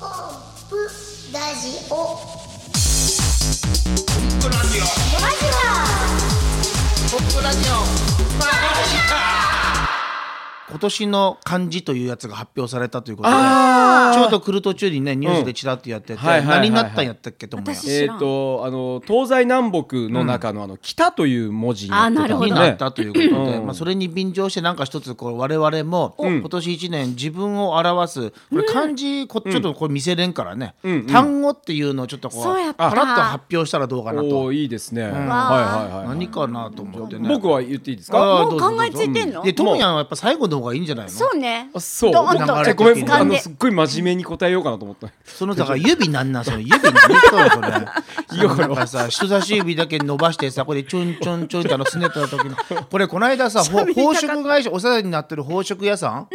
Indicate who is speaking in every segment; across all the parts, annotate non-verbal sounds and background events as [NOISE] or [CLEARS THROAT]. Speaker 1: ップラジオ
Speaker 2: ポップラジ
Speaker 1: ラジ
Speaker 2: オポップラジオ今年の漢字というやつが発表されたということで
Speaker 3: あ
Speaker 2: ち
Speaker 3: ー
Speaker 2: ょうど来る途中にねニュースでちらっとやってて、
Speaker 3: うんはいはいはいは
Speaker 2: 何
Speaker 3: い
Speaker 2: になったんやったっけと思うや
Speaker 4: 私
Speaker 3: え
Speaker 4: 知
Speaker 3: っ、
Speaker 4: らん
Speaker 3: とあの東西南北の中の、あの北という文字になってた
Speaker 4: あーなるほど
Speaker 2: になったということで、
Speaker 3: うん
Speaker 2: まあ、それに便乗してなんか一つこう我々も
Speaker 3: ん
Speaker 2: 今年一年自分を表すこれ漢字こちょっとこれ見せれんからね、
Speaker 3: うんうん
Speaker 2: 単語っていうのをちょっとこう
Speaker 4: そうやっ
Speaker 2: パ
Speaker 4: た
Speaker 2: ラッと発表したらどうかな
Speaker 3: お
Speaker 2: と
Speaker 3: ーいいですね、はい
Speaker 4: わ
Speaker 3: はいはい
Speaker 2: 何かなと思ってね
Speaker 3: 僕は言っていいです
Speaker 2: あ
Speaker 3: か
Speaker 2: ーど
Speaker 4: もう
Speaker 2: うぞどうぞ
Speaker 4: 考えついてんの
Speaker 2: でトムヤンはやっぱ最後の方がいいんじゃないの
Speaker 4: そうね
Speaker 3: あそう
Speaker 4: ドーン
Speaker 2: なんかあれ
Speaker 4: と
Speaker 3: えごめん
Speaker 2: ちょっと
Speaker 3: あ
Speaker 4: 掴ん
Speaker 3: の
Speaker 4: です
Speaker 3: っごい真面目に答えようかなと思った
Speaker 2: そのだから指なんなんその指何 [LAUGHS] そうよそれ。
Speaker 3: よ
Speaker 2: なんかさ人差し指だけ伸ばしてさこれちょんちょんちょんってあのすねた時のこれこの [LAUGHS] 間さほ宝飾会社お世話になってる宝飾屋さん、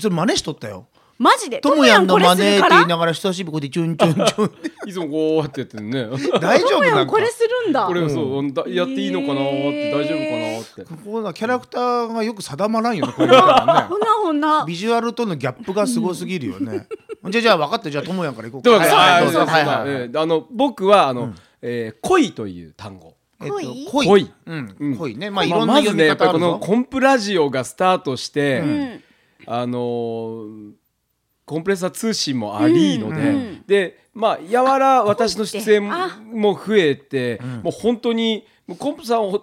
Speaker 2: それ真似しとったよ。
Speaker 4: マジで
Speaker 2: ト
Speaker 4: ト
Speaker 2: ム
Speaker 4: ム
Speaker 2: ヤ
Speaker 4: ヤ
Speaker 2: ン
Speaker 4: ン
Speaker 2: の
Speaker 4: これ
Speaker 2: 真
Speaker 4: す
Speaker 2: 似って
Speaker 4: るか
Speaker 2: 言い
Speaker 4: ら
Speaker 2: ながら人差し指こうやってちょんちょんちょん [LAUGHS] って。
Speaker 3: いつもこうやってやってんね
Speaker 2: 大丈
Speaker 4: ト
Speaker 2: 夫
Speaker 4: ム
Speaker 2: な
Speaker 4: ヤ
Speaker 2: ん
Speaker 4: ン
Speaker 2: か
Speaker 4: これするんだ
Speaker 3: これそう、だやっていいのかなって
Speaker 4: へー
Speaker 3: 大丈夫かなって
Speaker 2: ここなキャラクターがよく定まらんよねこういうのはね
Speaker 4: ほなほな
Speaker 2: ビジュアルとのギャップがすごすぎるよね。じゃあじゃあ分かったじゃあトムヤンからいこうか。
Speaker 3: というわけで
Speaker 2: はい
Speaker 3: あ
Speaker 2: はい
Speaker 3: ー
Speaker 2: ど
Speaker 3: そうう
Speaker 2: ぞ
Speaker 3: で
Speaker 2: はいはい
Speaker 3: すねえーあの僕はあの、えー恋という単語
Speaker 2: えっと
Speaker 1: 恋
Speaker 2: 恋
Speaker 3: 恋
Speaker 2: うん恋ねま
Speaker 3: ま
Speaker 2: あ
Speaker 3: あ
Speaker 2: いろんな
Speaker 3: ま
Speaker 2: 読
Speaker 3: ずね
Speaker 2: み
Speaker 3: やっぱ
Speaker 2: 方あ
Speaker 3: り
Speaker 2: る
Speaker 3: この
Speaker 2: ぞ。
Speaker 3: コンプラジオがスタートして、
Speaker 4: うん
Speaker 3: あのーコンプレッサー通信もありので、
Speaker 2: うん
Speaker 4: うん
Speaker 3: でまあやわら私の出演
Speaker 4: あ
Speaker 3: も増えてもう本当にもうコンプさんを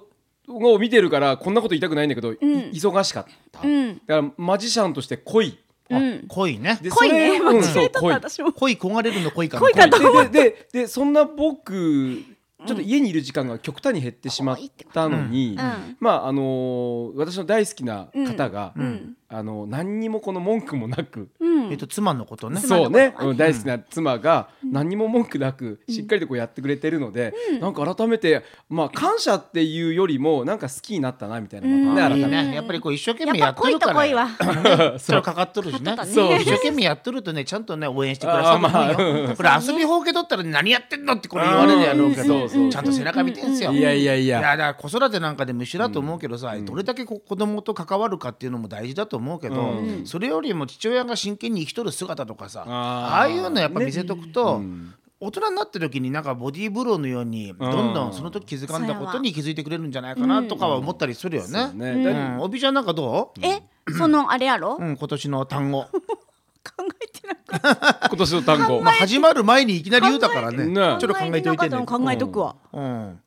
Speaker 3: を見てるからこんなこと言いたくないんだけど、い忙しかった、
Speaker 4: うん
Speaker 3: だからマジシャンとして恋
Speaker 4: うん
Speaker 2: 恋ね。
Speaker 3: で
Speaker 4: 恋
Speaker 3: それ
Speaker 4: ね
Speaker 3: うん
Speaker 4: 間
Speaker 3: そ
Speaker 4: 違
Speaker 3: う
Speaker 4: えとった
Speaker 3: 恋
Speaker 4: 私も
Speaker 2: 恋焦がれるの恋かな
Speaker 4: 恋かと思っ
Speaker 3: ででででそんな僕ちょっと家にいる時間が極端に減ってしまったのに、
Speaker 4: うんうん
Speaker 3: まああのー私の大好きな方が、
Speaker 4: うんうん
Speaker 3: あの何にもこの文句もなく、
Speaker 4: うん
Speaker 2: えっと妻のことね。
Speaker 3: そうね、
Speaker 4: 妻のことはね
Speaker 3: うん大好きな妻が何にも文句なくしっかりとこうやってくれてるので、なんか改めてまあ感謝っていうよりもなんか好きになったなみたいなま
Speaker 2: だか
Speaker 3: た
Speaker 2: ら
Speaker 3: ね改めて
Speaker 2: ね、やっぱりこう一生懸
Speaker 4: やっ
Speaker 2: 命や
Speaker 4: ぱ
Speaker 2: って
Speaker 4: 恋
Speaker 2: る
Speaker 4: と
Speaker 2: から。
Speaker 4: 恋は
Speaker 2: それかかっとるしね
Speaker 4: かかっと。った
Speaker 2: そう
Speaker 4: ね
Speaker 2: 一生懸命やっとるとね、ちゃんとね応援してくださる
Speaker 3: あ
Speaker 2: の
Speaker 3: ー
Speaker 2: よ。これ遊 [LAUGHS] びほうけとったら何やってんのってこれ言われるやろうけ
Speaker 3: うんそ
Speaker 2: ど、
Speaker 3: うそう
Speaker 2: ちゃんと背中見てんすよ。
Speaker 3: いやいやい
Speaker 2: いや
Speaker 3: や
Speaker 2: だから子育てなんかでも一緒だと思うけどさ、どれだけこ子供と関わるかっていうのも大事だと思うけど、
Speaker 3: う
Speaker 2: それよりも父親が真剣に生きとる姿とかさ
Speaker 3: あ
Speaker 2: あ
Speaker 3: ー
Speaker 2: あいうのやっぱ見せとくと、
Speaker 3: うん
Speaker 2: 大人になった時になんかボディーブローのようにどんどんその時気づかんだことに気づいてくれるんじゃないかなとかは思ったりするよね。
Speaker 3: そう
Speaker 2: う
Speaker 3: ねだ
Speaker 2: ん、おびちゃんなんかどう、
Speaker 4: えそのあれやろ
Speaker 2: うん、今年の単語、
Speaker 4: 考えてなかっ
Speaker 3: 今年の単語
Speaker 2: まあ、始まる前にいきなり言うたからね
Speaker 3: 考えて
Speaker 2: ちょ
Speaker 3: な
Speaker 2: っ
Speaker 3: い
Speaker 2: と考えておいてね
Speaker 4: な、かったの考えとくわ
Speaker 2: うん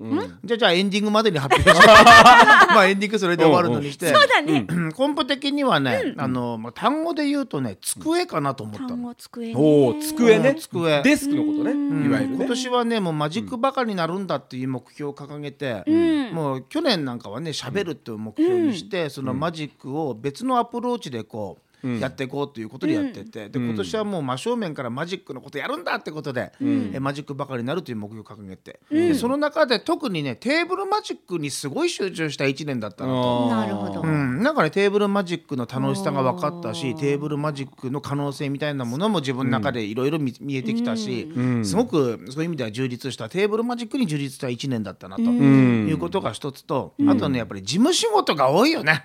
Speaker 2: じゃあじゃあエンディングまでに発表
Speaker 4: [LAUGHS]
Speaker 2: しようまあエンディングそれで終わるのにして、
Speaker 4: そうだね
Speaker 2: うんコンポ的にはね、あのまあ、単語で言うとね机かなと思った
Speaker 4: 単
Speaker 2: の。
Speaker 4: 語机ね
Speaker 3: おー机
Speaker 2: う
Speaker 3: ね
Speaker 2: ん机
Speaker 3: デスクのことねいわゆる
Speaker 2: 今
Speaker 3: ね
Speaker 2: 年はねもうマジックばかりになるんだっていう目標を掲げて、
Speaker 4: ん
Speaker 2: もう去年なんかはね喋るっていう目標にして、そのマジックを別のアプローチでこう、やっていこうということでやってて、で今年はもう真正面からマジックのことやるんだってことで、えマジックばかりになるという目標を掲げて、でその中で特にねテーブルマジックにすごい集中した1年だったのと。
Speaker 4: なるほど
Speaker 2: うん、なんかねテーブルマジックの楽しさが分かったしテーブルマジックの可能性みたいなものも自分の中でいろいろ見見えてきたし、すごくそういう意味では充実したテーブルマジックに充実した1年だったなと、いうことが一つと、あとねやっぱり事務仕事が多いよね。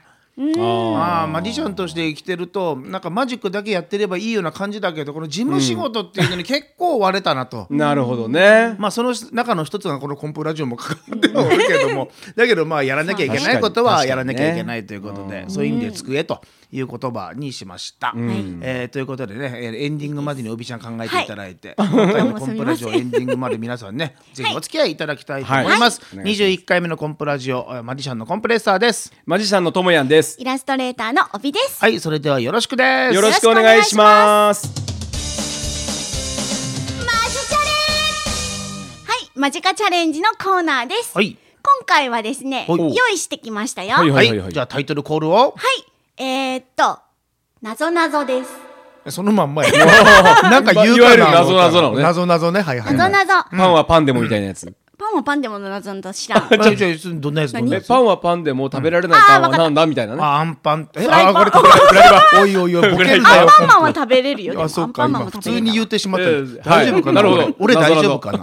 Speaker 2: ああマジシャンとして生きてるとなんかマジックだけやってればいいような感じだけどこの事務仕事っていうのに結構割れたなと。
Speaker 3: なるほどね
Speaker 2: まあその中の一つがこのコンプラジオも関わってはおるけども [LAUGHS] だけどまあやらなきゃいけないことは
Speaker 3: そうね
Speaker 2: やらなきゃいけないということでそういう意味で机という言葉にしました。えーということでねえーエンディングまでにおびちゃん考えていただいて今回のコンプラジオエンディングまで皆さんねぜひお付き合いいただきたいと思います。
Speaker 3: はい
Speaker 2: 21回目のコンプラジオえーマジシャンのコンプレッサーです。
Speaker 3: マジシャンのともやんです
Speaker 4: イラストレーターの帯です
Speaker 2: はいそれではよろしくです。
Speaker 3: よろしくお願いします
Speaker 4: はいマジカチャレンジのコーナーです
Speaker 2: はい
Speaker 4: 今回はですね
Speaker 2: はい
Speaker 4: 用意してきましたよは
Speaker 3: はいい
Speaker 2: はいじゃあタイトルコールを
Speaker 4: えーっとなぞなぞです
Speaker 2: そのまんま
Speaker 3: [LAUGHS]
Speaker 2: や。 [LAUGHS] なんか言うかな。
Speaker 3: いわゆる謎々なのね
Speaker 2: 謎々ねはいはいはい。
Speaker 4: なぞなぞ
Speaker 3: パンはパンでもみたいなやつ
Speaker 4: パンはパンでもなぞなぞ
Speaker 2: [LAUGHS]
Speaker 4: 知らん
Speaker 2: 違う違うどんなやつどんな
Speaker 3: え
Speaker 2: やつ
Speaker 3: パンはパンでも食べられないパンはなんだみたいなね
Speaker 2: あアンパンえ
Speaker 4: フラ
Speaker 2: あ
Speaker 4: イパン
Speaker 2: これこれフライパンおいおいおいボケるな
Speaker 4: アン
Speaker 2: よ
Speaker 4: パンマンは食べれるよでも
Speaker 2: あ、そ
Speaker 4: ア
Speaker 2: う
Speaker 4: ンパ
Speaker 2: か、
Speaker 4: ンマン
Speaker 2: 今
Speaker 4: も
Speaker 2: 普
Speaker 4: 食
Speaker 2: 通
Speaker 4: べれ
Speaker 2: に
Speaker 4: る
Speaker 2: 言っ
Speaker 4: から
Speaker 2: てしまっ
Speaker 3: え
Speaker 2: た。
Speaker 3: ー
Speaker 2: 大丈夫かな。
Speaker 3: はい
Speaker 2: 俺
Speaker 3: なるほど
Speaker 2: 俺大
Speaker 3: なる
Speaker 2: 丈夫
Speaker 3: ほど
Speaker 2: かな。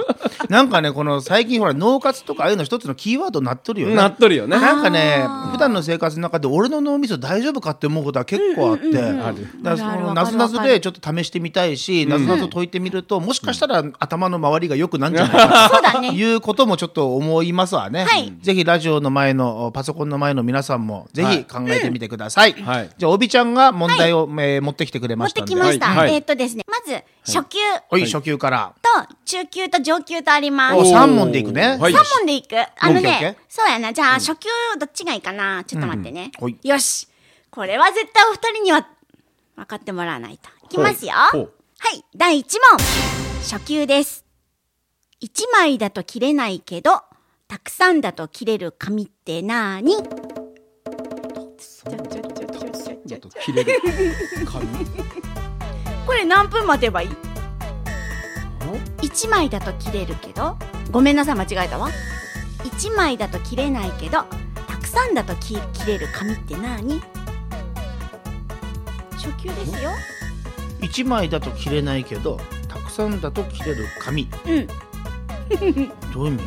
Speaker 2: なんかね、この最近ほら、脳活とかああいうの一つのキーワードになっとるよね。
Speaker 3: なっとるよね
Speaker 2: なんかね、普段の生活の中で、俺の脳みそ大丈夫かって思うことは結構あって。
Speaker 3: ある
Speaker 2: だから
Speaker 4: あるあ
Speaker 2: その
Speaker 4: るわかる
Speaker 2: なぞなぞでちょっと試してみたいしなぞなぞ解いてみるともしかしたら頭の周りが良くなんじゃないか
Speaker 4: そうだ
Speaker 2: と
Speaker 4: ね
Speaker 2: いうこともちょっと思いますわね、
Speaker 4: はい
Speaker 2: ぜひラジオの前のパソコンの前の皆さんもぜひ考えてみてください、
Speaker 3: んはい
Speaker 2: じゃあおびちゃんが問題を、えー持ってきてくれ
Speaker 4: 持
Speaker 2: ま
Speaker 4: っ
Speaker 2: した
Speaker 4: て
Speaker 2: ん
Speaker 4: き
Speaker 2: で
Speaker 4: ました、
Speaker 3: はいはい
Speaker 4: えーっとですねまず初級
Speaker 2: はい、初級から。
Speaker 4: と中級と上級とあります
Speaker 2: お三問でいくね
Speaker 3: はい
Speaker 4: 三問でいくあの
Speaker 2: オッケーオッ
Speaker 4: ね
Speaker 2: ケー
Speaker 4: そうやなじゃあ初級どっちがいいかなちょっと待ってね、
Speaker 2: うんほい
Speaker 4: よしこれは絶対お二人には分かってもらわないといきますよは
Speaker 3: ほうほう
Speaker 4: い第一問初級です一枚だと切れないけどたくさんだと切れる紙ってなーに
Speaker 3: ちょっと切れる紙
Speaker 4: これ何分待てばいい一枚だと切れるけどごめんなさい間違えたわ一枚だと切れないけどたくさんだとき切れる紙ってなに初級ですよ
Speaker 2: 一枚だと切れないけど、たくさんだと切れる紙。
Speaker 4: うん
Speaker 2: どういう意味。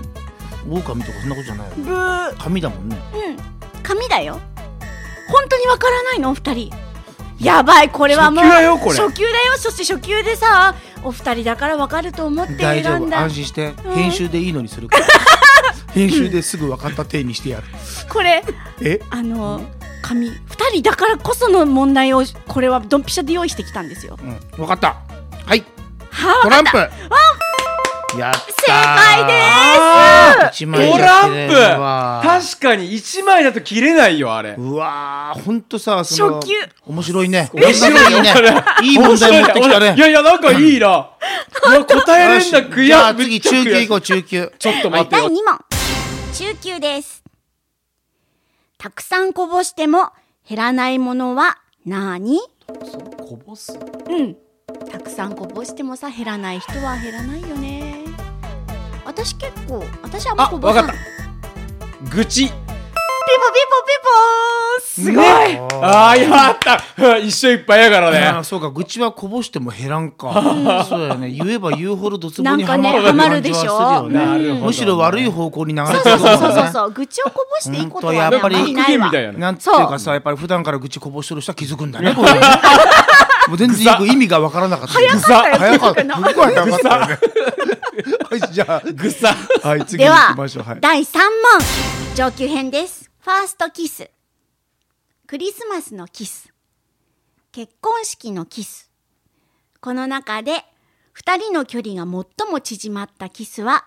Speaker 2: 狼とかそんなことじゃないよね。
Speaker 4: ブー
Speaker 2: 紙だもんね。
Speaker 4: うん紙だよ本当にわからないのお二人やばいこれはもう
Speaker 3: 初級だよこれ
Speaker 4: 初級だよそして初級でさお二人だからわかると思って
Speaker 2: 大丈
Speaker 4: 選ん
Speaker 2: 夫、
Speaker 4: だ
Speaker 2: 安心して
Speaker 4: う、ん
Speaker 2: 編集でいいのにする
Speaker 4: [LAUGHS]
Speaker 2: から。編集ですぐ分かった体にしてやる。
Speaker 4: これ
Speaker 2: え、
Speaker 4: あの紙二人だからこその問題をこれはドンピシャで用意してきたんですよ
Speaker 2: うん、分かった。はい、
Speaker 4: はあ
Speaker 2: トランプ。やったー。
Speaker 4: 正解で
Speaker 2: あー一枚
Speaker 3: ト
Speaker 2: だ
Speaker 3: ラ
Speaker 2: と切れるわ
Speaker 3: ンプ確かに一枚だと切れないよあれ
Speaker 2: うわー、ほんとさ、その
Speaker 4: 初級
Speaker 2: 面白いね。
Speaker 3: 面白いね
Speaker 2: 面ね。いい問題持ってきたね
Speaker 3: い。やいやなんかいいなうわ答えれんだ悔
Speaker 2: じゃ
Speaker 3: や
Speaker 2: あ次中級行こう中級
Speaker 3: ちょっと待って
Speaker 4: 第2
Speaker 3: よ
Speaker 4: 問中級ですたくさんこぼしても減らないものは何
Speaker 3: こぼす
Speaker 4: うんたくさんこぼしてもさ減らない人は減らないよね私結構私はあんま
Speaker 3: あ
Speaker 4: こぼ
Speaker 3: わ
Speaker 4: さ
Speaker 3: かっ
Speaker 4: な
Speaker 3: た
Speaker 4: いピ
Speaker 3: 愚痴
Speaker 4: ポピポピポーすごい、
Speaker 3: ねあーやったうん一緒いっぱいやから
Speaker 2: あ
Speaker 3: ね
Speaker 2: あそうか愚痴はこぼしても減らんかそうだよね言えば言うほどドツボにはま
Speaker 4: なんかね
Speaker 2: って感じ
Speaker 4: はま
Speaker 2: は
Speaker 4: る
Speaker 2: す
Speaker 4: でしょ
Speaker 2: るよ
Speaker 3: なるほ
Speaker 2: ね
Speaker 3: ど
Speaker 2: むしろ悪い方向に流れて
Speaker 4: そう
Speaker 2: る
Speaker 4: そう
Speaker 2: と思
Speaker 4: そううそうそう
Speaker 2: ね
Speaker 4: 愚痴をこぼしていいことは
Speaker 2: ほん
Speaker 4: ね
Speaker 2: と
Speaker 4: あんまり
Speaker 3: なんか
Speaker 4: ない
Speaker 3: ク
Speaker 4: わ
Speaker 3: みたいやね
Speaker 2: なんていうかさやっぱり普段から愚痴こぼしてる人は気づくんだねこれねもう全然よく意味がわからなかった早
Speaker 3: さ
Speaker 2: 早かった僕は早かったよねはいじゃ
Speaker 3: ぐさ
Speaker 2: あはい次
Speaker 4: で
Speaker 2: 行
Speaker 4: は
Speaker 2: きましょうはい
Speaker 4: 第3問上級編ですファーストキスクリスマスのキス結婚式のキスこの中で2人の距離が最も縮まったキスは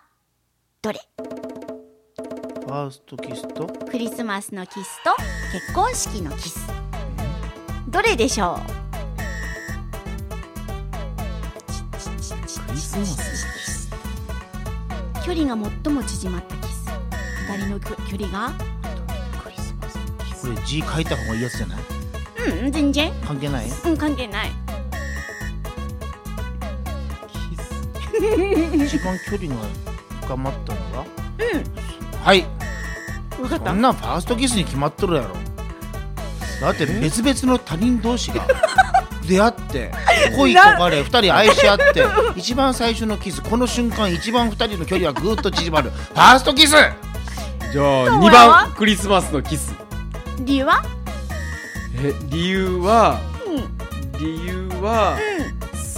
Speaker 4: どれ
Speaker 2: ファーストキスと
Speaker 4: クリスマスのキスと結婚式のキスどれでしょう
Speaker 3: クリスマス
Speaker 4: 距離が最も縮まったキス2人の距距離が
Speaker 2: これ字書いた方がいいやつじゃない
Speaker 4: うん全然
Speaker 2: 関係ない
Speaker 4: うん関係ない
Speaker 2: 一番距離が深まったのがはい
Speaker 4: 分かっ
Speaker 2: そ
Speaker 4: た
Speaker 2: んなんファーストキスに決まっとるやろだって別々の他人同士 [LAUGHS] が出会って恋とバレ2人愛し合って一番最初のキスこの瞬間一番2人の距離はぐーっと縮まるファーストキス
Speaker 3: じゃあ
Speaker 4: う
Speaker 3: 二
Speaker 4: は
Speaker 3: 番クリスマスのキス
Speaker 4: 理由は
Speaker 3: え理由は
Speaker 4: うん
Speaker 3: 理由は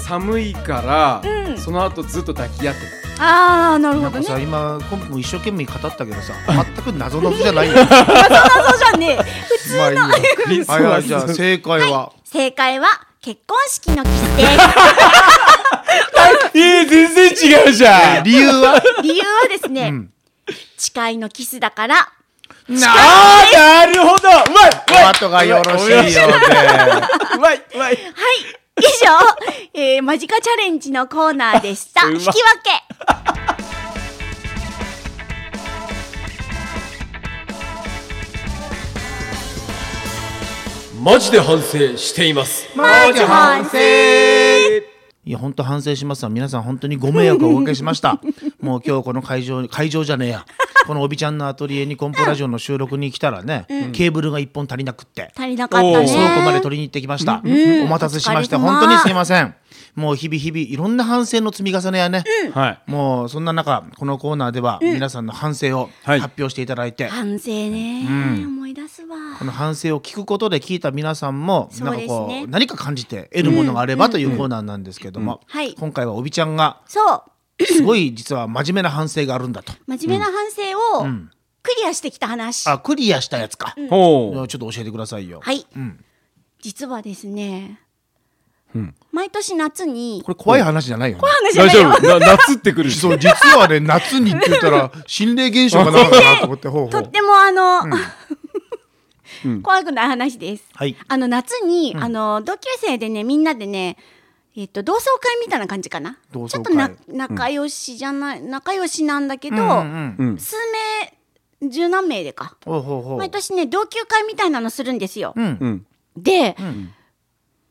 Speaker 3: 寒いから、
Speaker 4: うん
Speaker 3: その後ずっと抱き
Speaker 2: [LAUGHS]
Speaker 3: 合って
Speaker 4: ああなる
Speaker 2: な
Speaker 4: ほ
Speaker 2: ん
Speaker 4: ど
Speaker 2: か
Speaker 4: ね
Speaker 2: さ今コンプも一生懸命語ったけどさ全く謎のじゃ [LAUGHS] ないよ
Speaker 4: 謎じゃねえ
Speaker 2: まあいいよ
Speaker 3: たクリス
Speaker 2: はいは
Speaker 3: マ
Speaker 2: い
Speaker 3: ス
Speaker 2: じゃあ正解は、
Speaker 4: 正解は結婚式のキスです
Speaker 3: [LAUGHS] えー、全然違うじゃん
Speaker 2: 理由は
Speaker 4: 理由はですね、
Speaker 2: ん
Speaker 4: 誓いのキスだから
Speaker 3: あーなるほどうまいうまい
Speaker 2: トマトがよろしいようで
Speaker 3: うまいうまい
Speaker 4: 以上、えー、マジカチャレンジのコーナーでした
Speaker 3: [LAUGHS] うま
Speaker 4: 引き分け
Speaker 3: マジで反省しています
Speaker 2: マジ
Speaker 4: 反省
Speaker 2: いや本当反省しますわ皆さん本当にご迷惑をおかけしましたもう今日この会場に会場じゃねえやこのおびちゃんのアトリエにコンポラジオの収録に来たらね、ケーブルが1本足りなくって
Speaker 4: 足りなかったね。
Speaker 2: 倉庫まで取りに行ってきました、お待たせしました
Speaker 4: お疲れ様
Speaker 2: 本当にすいませんもう日々日々いろんな反省の積み重ねやね、
Speaker 3: はい
Speaker 2: もうそんな中このコーナーでは皆さんの反省を
Speaker 3: はい
Speaker 2: 発表していただいて、
Speaker 4: 反省ね、思い出すわ。
Speaker 2: この反省を聞くことで聞いた皆さんも、
Speaker 4: そう
Speaker 2: なん
Speaker 4: で
Speaker 2: か
Speaker 4: すね
Speaker 2: こう何か感じて得るものがあればというコーナーなんですけども、
Speaker 4: はい
Speaker 2: 今回はおびちゃんが
Speaker 4: そう。
Speaker 2: すごい実は真面目な反省があるんだと。
Speaker 4: 真面目な反省をクリアしてきた話。
Speaker 2: あクリアしたやつか、ちょ
Speaker 3: ほ
Speaker 2: っと教えてくださいよ。
Speaker 4: はい。
Speaker 2: ん
Speaker 4: 実はですね、
Speaker 3: うん
Speaker 4: 毎年夏に
Speaker 2: これ怖い話じゃないよね。
Speaker 4: 話
Speaker 3: う
Speaker 4: じゃ
Speaker 3: 大
Speaker 4: ない
Speaker 3: 丈
Speaker 4: よ。
Speaker 3: 夫な夏ってくる
Speaker 2: そう実はね夏にって言った
Speaker 4: [LAUGHS]
Speaker 2: ら心霊現象かなんかなと思ってほうほ
Speaker 4: と
Speaker 2: う
Speaker 4: っ。てもあの、
Speaker 3: うん
Speaker 4: [LAUGHS] 怖くない話です。
Speaker 2: はい
Speaker 4: あの夏に、あの同級生でねみんなでね、えっと同窓会みたいな感じかな。ち
Speaker 2: 同
Speaker 4: ょっ
Speaker 2: 窓会
Speaker 4: とな仲良しじゃない、仲良しなんだけど、
Speaker 2: うんうん
Speaker 3: うん
Speaker 4: 数名十何名でか。
Speaker 2: ほうほうほう。
Speaker 4: 毎年ね同級会みたいなのするんですよ。
Speaker 2: うん
Speaker 3: うん
Speaker 4: で、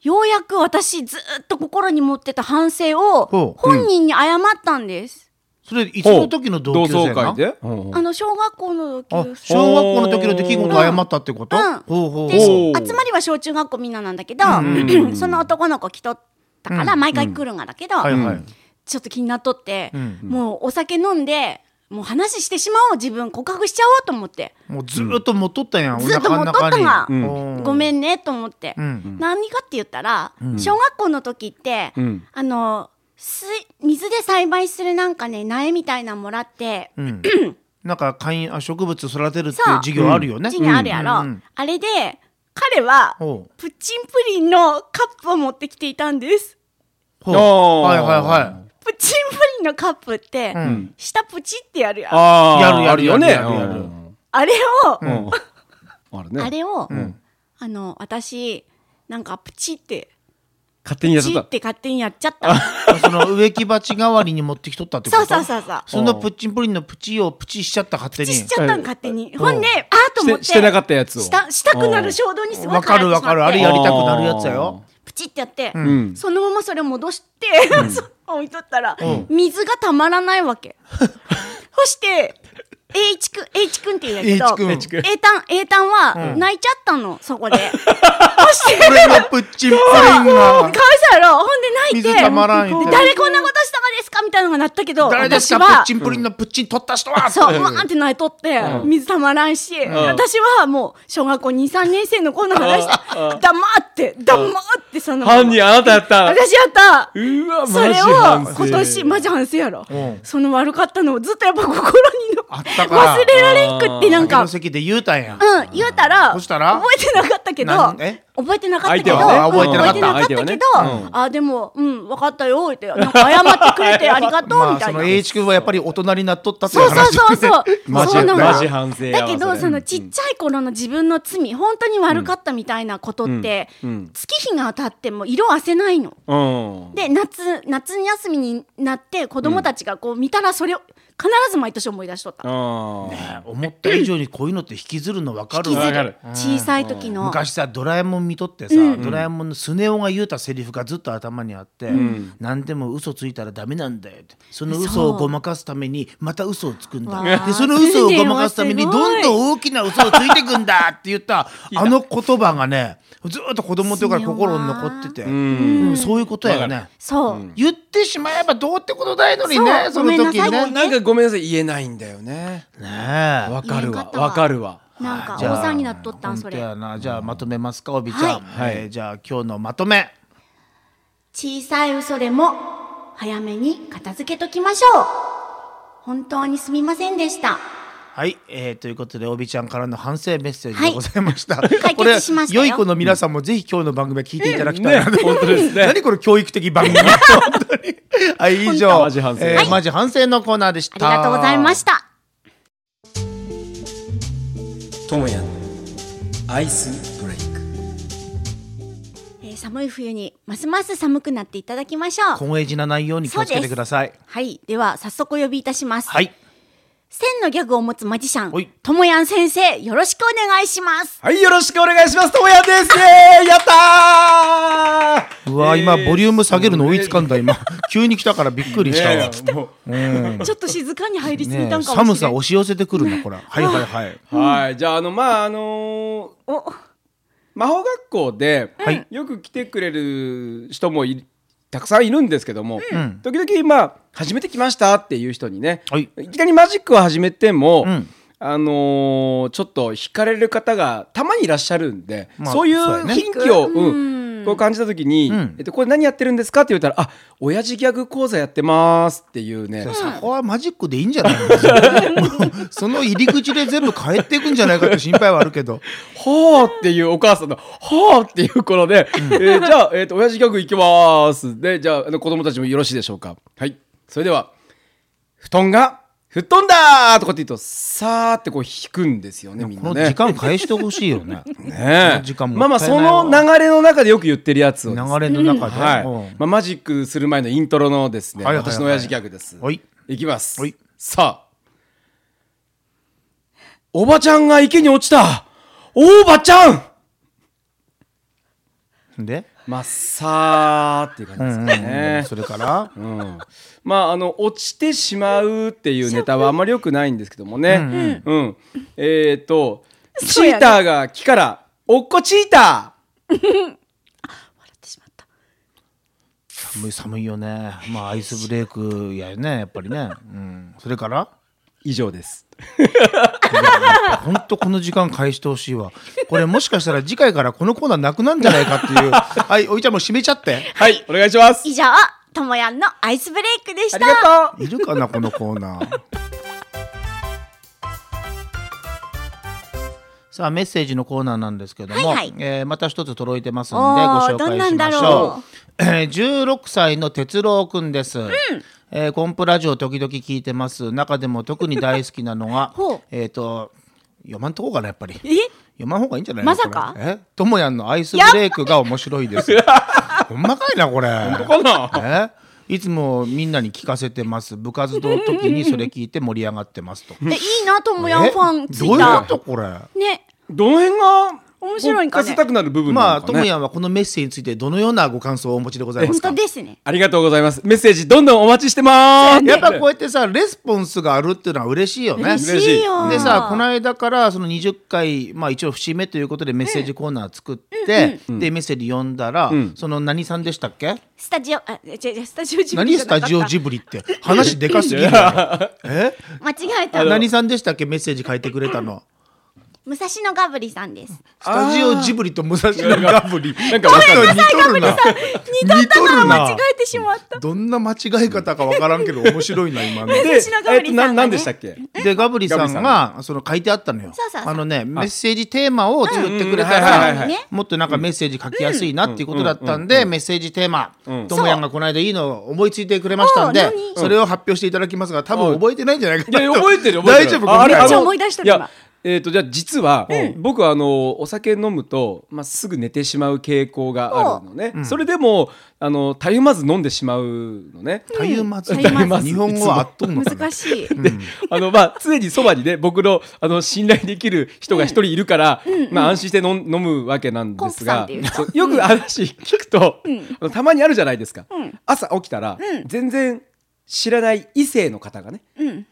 Speaker 4: ようやく私ずっと心に持ってた反省を
Speaker 2: ほう
Speaker 4: 本人に謝ったんです。
Speaker 2: それいつの時の同級生な
Speaker 3: 同窓会でほうほう
Speaker 4: あの小学校の同
Speaker 2: あ
Speaker 4: 級生。
Speaker 2: 小学校の時の出来事を謝ったってこと、
Speaker 4: うん
Speaker 2: ほうほう
Speaker 4: で
Speaker 2: ほう。
Speaker 3: おー
Speaker 4: 集まりは小中学校みんななんだけど、
Speaker 3: ん
Speaker 4: [CLEARS THROAT] その男の子来とったから毎回来るんだけど、
Speaker 2: はいはい。
Speaker 4: ちょっと気になっとって、
Speaker 2: ん
Speaker 4: もうお酒飲んでもう話してしまおう自分告白しちゃおうと思って、
Speaker 2: もうずーっと持っとったやん、
Speaker 4: うん
Speaker 2: お腹の中に
Speaker 4: ずっと持っとったが
Speaker 2: うん
Speaker 4: ごめんねと思って、
Speaker 2: うん
Speaker 4: 何かって言ったら、小学校の時って、
Speaker 3: うん
Speaker 4: あの水水で栽培するなんかね苗みたいなのもらって、
Speaker 2: うん、 [CLEARS THROAT] なんか観葉植物育てるっていう
Speaker 4: そう
Speaker 2: 授業あるよね。
Speaker 4: 授業あるやろ、
Speaker 2: うんうん
Speaker 4: あれで彼は
Speaker 2: ほう
Speaker 4: プッチンプリンのカップを持ってきていたんです
Speaker 2: ほう
Speaker 3: あー
Speaker 2: はいはいは
Speaker 4: プチンプリンのカップって、
Speaker 2: い。うん、
Speaker 4: 下プチってやるやんあ
Speaker 3: あ
Speaker 2: やる
Speaker 3: ー
Speaker 2: やる
Speaker 3: あるよね
Speaker 2: やるやる
Speaker 4: れを、
Speaker 3: うんうんあるね
Speaker 4: あれを、
Speaker 3: ん
Speaker 4: あの私なんかプチって
Speaker 3: 勝手にや
Speaker 4: プ
Speaker 3: っち
Speaker 4: チ
Speaker 3: ゃ
Speaker 4: っ
Speaker 3: って
Speaker 4: 勝手にやっちゃった
Speaker 2: その植木鉢代わりに持ってきとったってこ
Speaker 4: そう
Speaker 2: と
Speaker 4: そうそうそう
Speaker 2: そんなプッチンプリンのプチをプチしちゃった勝手
Speaker 4: プ
Speaker 2: に
Speaker 4: チしちゃったん勝手にほんであーと
Speaker 3: た
Speaker 4: 思っ
Speaker 3: しててしてなかったやつを
Speaker 4: したしたくなる衝動にすごい
Speaker 2: わかるわかるあ
Speaker 4: 駆
Speaker 2: れ
Speaker 4: ら
Speaker 2: や
Speaker 4: れてし
Speaker 2: りた
Speaker 4: まって
Speaker 2: くなるやつやよ
Speaker 4: プチってやって、
Speaker 3: ん
Speaker 4: そのままそれ戻して、 [LAUGHS] そのまま置いとったら、
Speaker 2: う
Speaker 4: 水がたまらないわけそして H 君 H 君って言うんだけど
Speaker 2: H 君
Speaker 4: A 単 A 単は泣いちゃったの、そこでそして
Speaker 2: これのプッチンプリン
Speaker 4: もう
Speaker 2: が
Speaker 4: かわいそうやろほんで泣いて
Speaker 2: 水たまらん言うて
Speaker 4: で誰こんなことしたがですかみたいなのがなったけど
Speaker 2: 誰ですか
Speaker 4: 私
Speaker 2: プッ
Speaker 4: は
Speaker 2: チンプリンのプッチン取った人は
Speaker 4: そううわーって泣いとって、水たまらんし、私はもう小学校23年生の子の話して黙って黙ってそのまま
Speaker 3: 犯人あなたやった
Speaker 4: 私やった
Speaker 3: うわマジ
Speaker 4: それを
Speaker 3: 反省
Speaker 4: 今年マジ反省やろ、
Speaker 2: うん
Speaker 4: その悪かったのをずっとやっぱ心にの
Speaker 2: あったから
Speaker 4: 忘れられんくってなん
Speaker 2: 酒
Speaker 4: か
Speaker 2: の席で言うたんや
Speaker 4: うん言うたら
Speaker 2: そしたら
Speaker 4: 覚えてなかったけど
Speaker 2: なんえ
Speaker 4: 覚えてなかったけど
Speaker 3: 相手は
Speaker 2: ね
Speaker 4: うん
Speaker 2: 覚えてなかった
Speaker 4: 覚えてなかった
Speaker 3: 相
Speaker 4: けど、
Speaker 3: 手はねうん
Speaker 4: あでもうん分かったよってなんか謝ってくれてありがとう
Speaker 2: ま
Speaker 4: み
Speaker 2: あ
Speaker 4: た
Speaker 2: そ
Speaker 4: いな、
Speaker 2: の H 君はやっぱり大人になっとったってい
Speaker 4: そううそう
Speaker 2: 話
Speaker 4: そうそう
Speaker 3: [LAUGHS] マジ
Speaker 4: そうなの
Speaker 3: マジ反省やわ
Speaker 4: だけ
Speaker 3: そ
Speaker 4: ど
Speaker 3: れ
Speaker 4: そのちっちゃい頃の自分の罪本当に悪かったみたいなことって、
Speaker 3: うんうん
Speaker 4: 月日が当たっても色褪せないの。
Speaker 3: うん
Speaker 4: で夏夏休みになって子供たちがこう見たらそれを必ず毎年思い出しとった、
Speaker 3: あ
Speaker 2: 思った以上にこういうのって引きずるの分かる
Speaker 4: 引き
Speaker 2: わ
Speaker 4: ず
Speaker 3: わか
Speaker 4: る
Speaker 3: る
Speaker 4: 小さい時の、
Speaker 2: 昔さドラえもん見とってさ、ドラえもんのスネ夫が言うたセリフがずっと頭にあって、何でも嘘ついたらダメなんだよってその嘘をごまかすためにまた嘘をつくん
Speaker 4: わ
Speaker 2: だ
Speaker 4: あ
Speaker 2: でその嘘をごまかすために
Speaker 4: ス
Speaker 2: ど
Speaker 4: ネ夫は
Speaker 2: ん
Speaker 4: すごい
Speaker 2: どん大きな嘘をついてくんだって言
Speaker 4: [LAUGHS]
Speaker 2: ったあの言葉がねずっと子供の時から心に残ってて、
Speaker 3: ん
Speaker 2: うんそういうことやよ
Speaker 3: わ
Speaker 2: ね
Speaker 4: そう、
Speaker 2: 言ってしまえばどうってことないのにね
Speaker 4: そう
Speaker 2: その時
Speaker 4: ごめん
Speaker 2: ね
Speaker 4: なさ
Speaker 2: ね
Speaker 4: い
Speaker 3: なんかごめんなさい言えないんだよね
Speaker 2: え
Speaker 3: わかる
Speaker 4: 言えんか
Speaker 3: わ
Speaker 4: ったわ
Speaker 3: わかるわ
Speaker 4: なんか
Speaker 2: じゃあ
Speaker 4: 大騒ぎになっとったんそ
Speaker 2: 本当
Speaker 4: れ
Speaker 2: やなじゃあまとめますかおびちゃん、
Speaker 3: はい
Speaker 2: えーじゃあ今日のまとめ
Speaker 4: 小さい嘘でも早めに片付けときましょう本当にすみませんでした
Speaker 2: はい、えーということでおびちゃんからの反省メッセージ
Speaker 4: は
Speaker 2: で
Speaker 4: い
Speaker 2: ございました、
Speaker 4: [LAUGHS] 解
Speaker 2: これ
Speaker 4: 決しましたよ
Speaker 2: 良い子の皆さんもぜひ今日の番組聞いていただきたい
Speaker 3: ね
Speaker 2: なと、
Speaker 3: 本当ですね
Speaker 2: [LAUGHS] 何これ教育的番組 [LAUGHS] 本当にはい以上
Speaker 3: マジ反省
Speaker 2: えー
Speaker 3: はい
Speaker 2: マジ反省のコーナーでし
Speaker 4: あり
Speaker 2: た
Speaker 4: がとうございました
Speaker 3: ともやのアイスブレイク
Speaker 4: えー寒い冬にますます寒くなっていただきましょう
Speaker 2: 今エジな内容に気をつけてください
Speaker 4: はいでは早速お呼びいたします、
Speaker 2: はい
Speaker 4: 千のギャグを持つマジシャ
Speaker 2: はい
Speaker 4: ンともやん先生よろしくお願いします
Speaker 3: はい、よろしくお願いします。ともやんです。イエーイやったー。
Speaker 2: うわ、今ボリューム下げるの追いつか
Speaker 3: ん
Speaker 2: んだ
Speaker 4: [LAUGHS]
Speaker 2: 今急に来たからびっくりしたわ、
Speaker 3: わ。
Speaker 2: うん
Speaker 4: ちょっと静かに入りすぎ
Speaker 2: ね
Speaker 4: た
Speaker 2: え
Speaker 4: んかも
Speaker 2: 寒
Speaker 4: しれ
Speaker 2: さ
Speaker 4: ない、
Speaker 2: 押し寄せてくるなこれはいはいはい
Speaker 3: はい、じゃあ、あの、まあ、あのー
Speaker 4: お
Speaker 3: 魔法学校で、
Speaker 2: はい
Speaker 3: よく来てくれる人もいたくさんいるんですけども、
Speaker 2: ん
Speaker 3: 時々まあ始めてきましたっていう人にね、
Speaker 2: はい
Speaker 3: いきなりマジックを始めても、
Speaker 2: うん
Speaker 3: あのーちょっと惹かれる方がたまにいらっしゃるんで、
Speaker 2: まあ
Speaker 3: そうい
Speaker 2: そうや
Speaker 3: う
Speaker 2: ね
Speaker 3: 雰囲気を、
Speaker 4: う
Speaker 3: うん
Speaker 4: ん
Speaker 3: こう感じた時に、
Speaker 2: うん
Speaker 3: えっと「これ何やってるんですか?」って言ったら「あ親父ギャグ講座やってます」っていうね、
Speaker 2: そこはマジックでいいんじゃないのも
Speaker 3: [LAUGHS]
Speaker 2: うその入り口で全部変えていくんじゃないかって心配はあるけど
Speaker 3: はあっていうお母さんの、はあっていう頃で、えーじゃあ、えっ、と、親父ギャグ行きます。で、じゃあ、あの子供たちもよろしいでしょうか。はい。それでは、布団が、布団だーとかって言うと、さーってこう引くんですよね、みん
Speaker 2: こ
Speaker 3: な
Speaker 2: の
Speaker 3: ね。
Speaker 2: 時間返してほしいよ
Speaker 3: [LAUGHS]
Speaker 2: ね
Speaker 3: ね
Speaker 2: この時間も
Speaker 3: まあまあ、
Speaker 2: ったいな
Speaker 3: そ
Speaker 2: い
Speaker 3: の流れの中でよく言ってるやつ
Speaker 2: 流
Speaker 3: をですね、
Speaker 2: れの中で、
Speaker 3: はい。
Speaker 2: うん
Speaker 3: まあ、マジックする前のイントロのですね、
Speaker 2: はいはいはい
Speaker 3: 私の親父ギャグです。
Speaker 2: はい
Speaker 3: いきます。
Speaker 2: はい
Speaker 3: さあ。おばちゃんが池に落ちたおばちゃん
Speaker 2: で、
Speaker 3: まあ、さーっていう感じ
Speaker 2: うんうん
Speaker 3: ですか
Speaker 2: うん
Speaker 3: ね
Speaker 2: そ。れから
Speaker 3: うんまあ、あの落ちてしまうっていうネタはあまり良くないんですけどもね。うん、えっ、と、チ
Speaker 4: そうやね
Speaker 3: ーターが木から、おっこチータ
Speaker 4: ってしまった
Speaker 2: 寒い寒いよねまあアイスブレイクやねやっぱりね、うん、それから
Speaker 3: ー以上です。
Speaker 2: 本当この時間返してほしいわこれもしかしたら次回からこのコーナーなくなんじゃないかっていうはいおいちゃんもう閉めちゃって
Speaker 3: はい、お願いします。
Speaker 4: 以上ともやんのアイスブレイクでし
Speaker 3: あ
Speaker 4: た
Speaker 3: りがとう。
Speaker 2: いるかなこのコーナー [LAUGHS] さあメッセージのコーナーなんですけども、
Speaker 4: はいはい
Speaker 2: えーまた一つ届いてますんでご
Speaker 4: おー
Speaker 2: 紹介しまし
Speaker 4: どんなんだろ
Speaker 2: ょう [LAUGHS] 16歳の哲郎くんです、えーコンプラジオ時々聞いてます中でも特に大好きなのが
Speaker 4: [LAUGHS] ほう
Speaker 2: えっと読まんとこかなやっぱり
Speaker 4: え
Speaker 2: 読まんほうがいいんじゃない
Speaker 4: まさか
Speaker 2: これえともやんのアイスブレイクが面白いです
Speaker 4: [LAUGHS]
Speaker 2: ほんまかいなこれ
Speaker 3: かな。
Speaker 2: えいつもみんなに聞かせてます部活動の時にそれ聞いて盛り上がってますと
Speaker 4: えいいなともやんファン
Speaker 2: え
Speaker 4: つ
Speaker 2: ど
Speaker 4: い
Speaker 2: い
Speaker 4: う
Speaker 2: うこ
Speaker 4: た
Speaker 2: とこれ
Speaker 4: ね
Speaker 3: どの辺が
Speaker 4: 面白いんかね
Speaker 3: 聞せたくなる部分
Speaker 2: ま
Speaker 3: な
Speaker 2: あ
Speaker 3: のか
Speaker 2: と
Speaker 3: ね。
Speaker 2: もやんはこのメッセージについてどのようなご感想をお持ちでございま
Speaker 4: 本
Speaker 2: すか
Speaker 4: 当ですね
Speaker 3: ありがとうございます。メッセージどんどんお待ちしてます。
Speaker 2: やっぱこうやってさレスポンスがあるっていうのは嬉しいよね
Speaker 4: 嬉しいよ
Speaker 2: でさこの間からその20回、まあ、一応節目ということでメッセージコーナー作って、でメッセージ読んだら、その何さんでしたっけ
Speaker 4: スタジオあ違う違うスタジオジブリ
Speaker 2: 何
Speaker 4: じゃ
Speaker 2: ス
Speaker 4: なかっ
Speaker 2: タ
Speaker 4: た
Speaker 2: ジオジブリって話でか
Speaker 4: [LAUGHS]
Speaker 2: すぎるよえ
Speaker 4: 間違えた
Speaker 2: 何さんでしたっけメッセージ書いてくれたの
Speaker 4: 武蔵野ガブリさんです
Speaker 2: スタジオジブリと武蔵野ガブリ
Speaker 3: なんかわかる
Speaker 2: 似とるな似とる
Speaker 4: 間
Speaker 2: な
Speaker 4: 違えてしまった
Speaker 2: どんな間違え方かわからんけど面白いな今の
Speaker 3: で、え
Speaker 4: 私のガブ
Speaker 3: っ
Speaker 4: リ
Speaker 3: と、
Speaker 4: さんがね
Speaker 3: ななんでしたっけ。
Speaker 2: でガブリさんがその書いてあったのよ
Speaker 4: そうそうそう
Speaker 2: あのねメッセージテーマを作ってくれた
Speaker 3: うんはいはい
Speaker 4: は
Speaker 2: ら
Speaker 4: いね
Speaker 2: もっとなんかメッセージ書きやすいなっていうことだったんでメッセージテーマともやんがこの間いいのを思いついてくれましたん
Speaker 4: お
Speaker 2: で
Speaker 4: う何
Speaker 2: それを発表していただきますが多分覚えてないんじゃないか
Speaker 3: い
Speaker 2: な
Speaker 3: や
Speaker 2: と
Speaker 3: 覚えてる覚
Speaker 2: 大
Speaker 3: えて
Speaker 2: 丈
Speaker 3: る
Speaker 2: 夫
Speaker 3: ああれ
Speaker 4: めっ
Speaker 3: あ
Speaker 4: ちゃ
Speaker 3: の
Speaker 4: 思い出した
Speaker 3: いや
Speaker 4: 今
Speaker 3: えっ、とじゃあ実は、僕はあのお酒飲むと、まあ、すぐ寝てしまう傾向があるのね、それでもあのたゆまず飲んでしまうのね、
Speaker 2: たゆまず
Speaker 4: たゆまず
Speaker 2: 日本語はあっとんのかな
Speaker 4: 難しい
Speaker 3: であのまあ常にそばにね僕のあの信頼できる人が一人いるから、まあ、安心して飲ん飲むわけなんですが
Speaker 4: コンプさんっていう人
Speaker 3: そうよく話聞くと、あのたまにあるじゃないですか、
Speaker 4: ん
Speaker 3: 朝起きたら、全然知らない異性の方がね、
Speaker 4: うん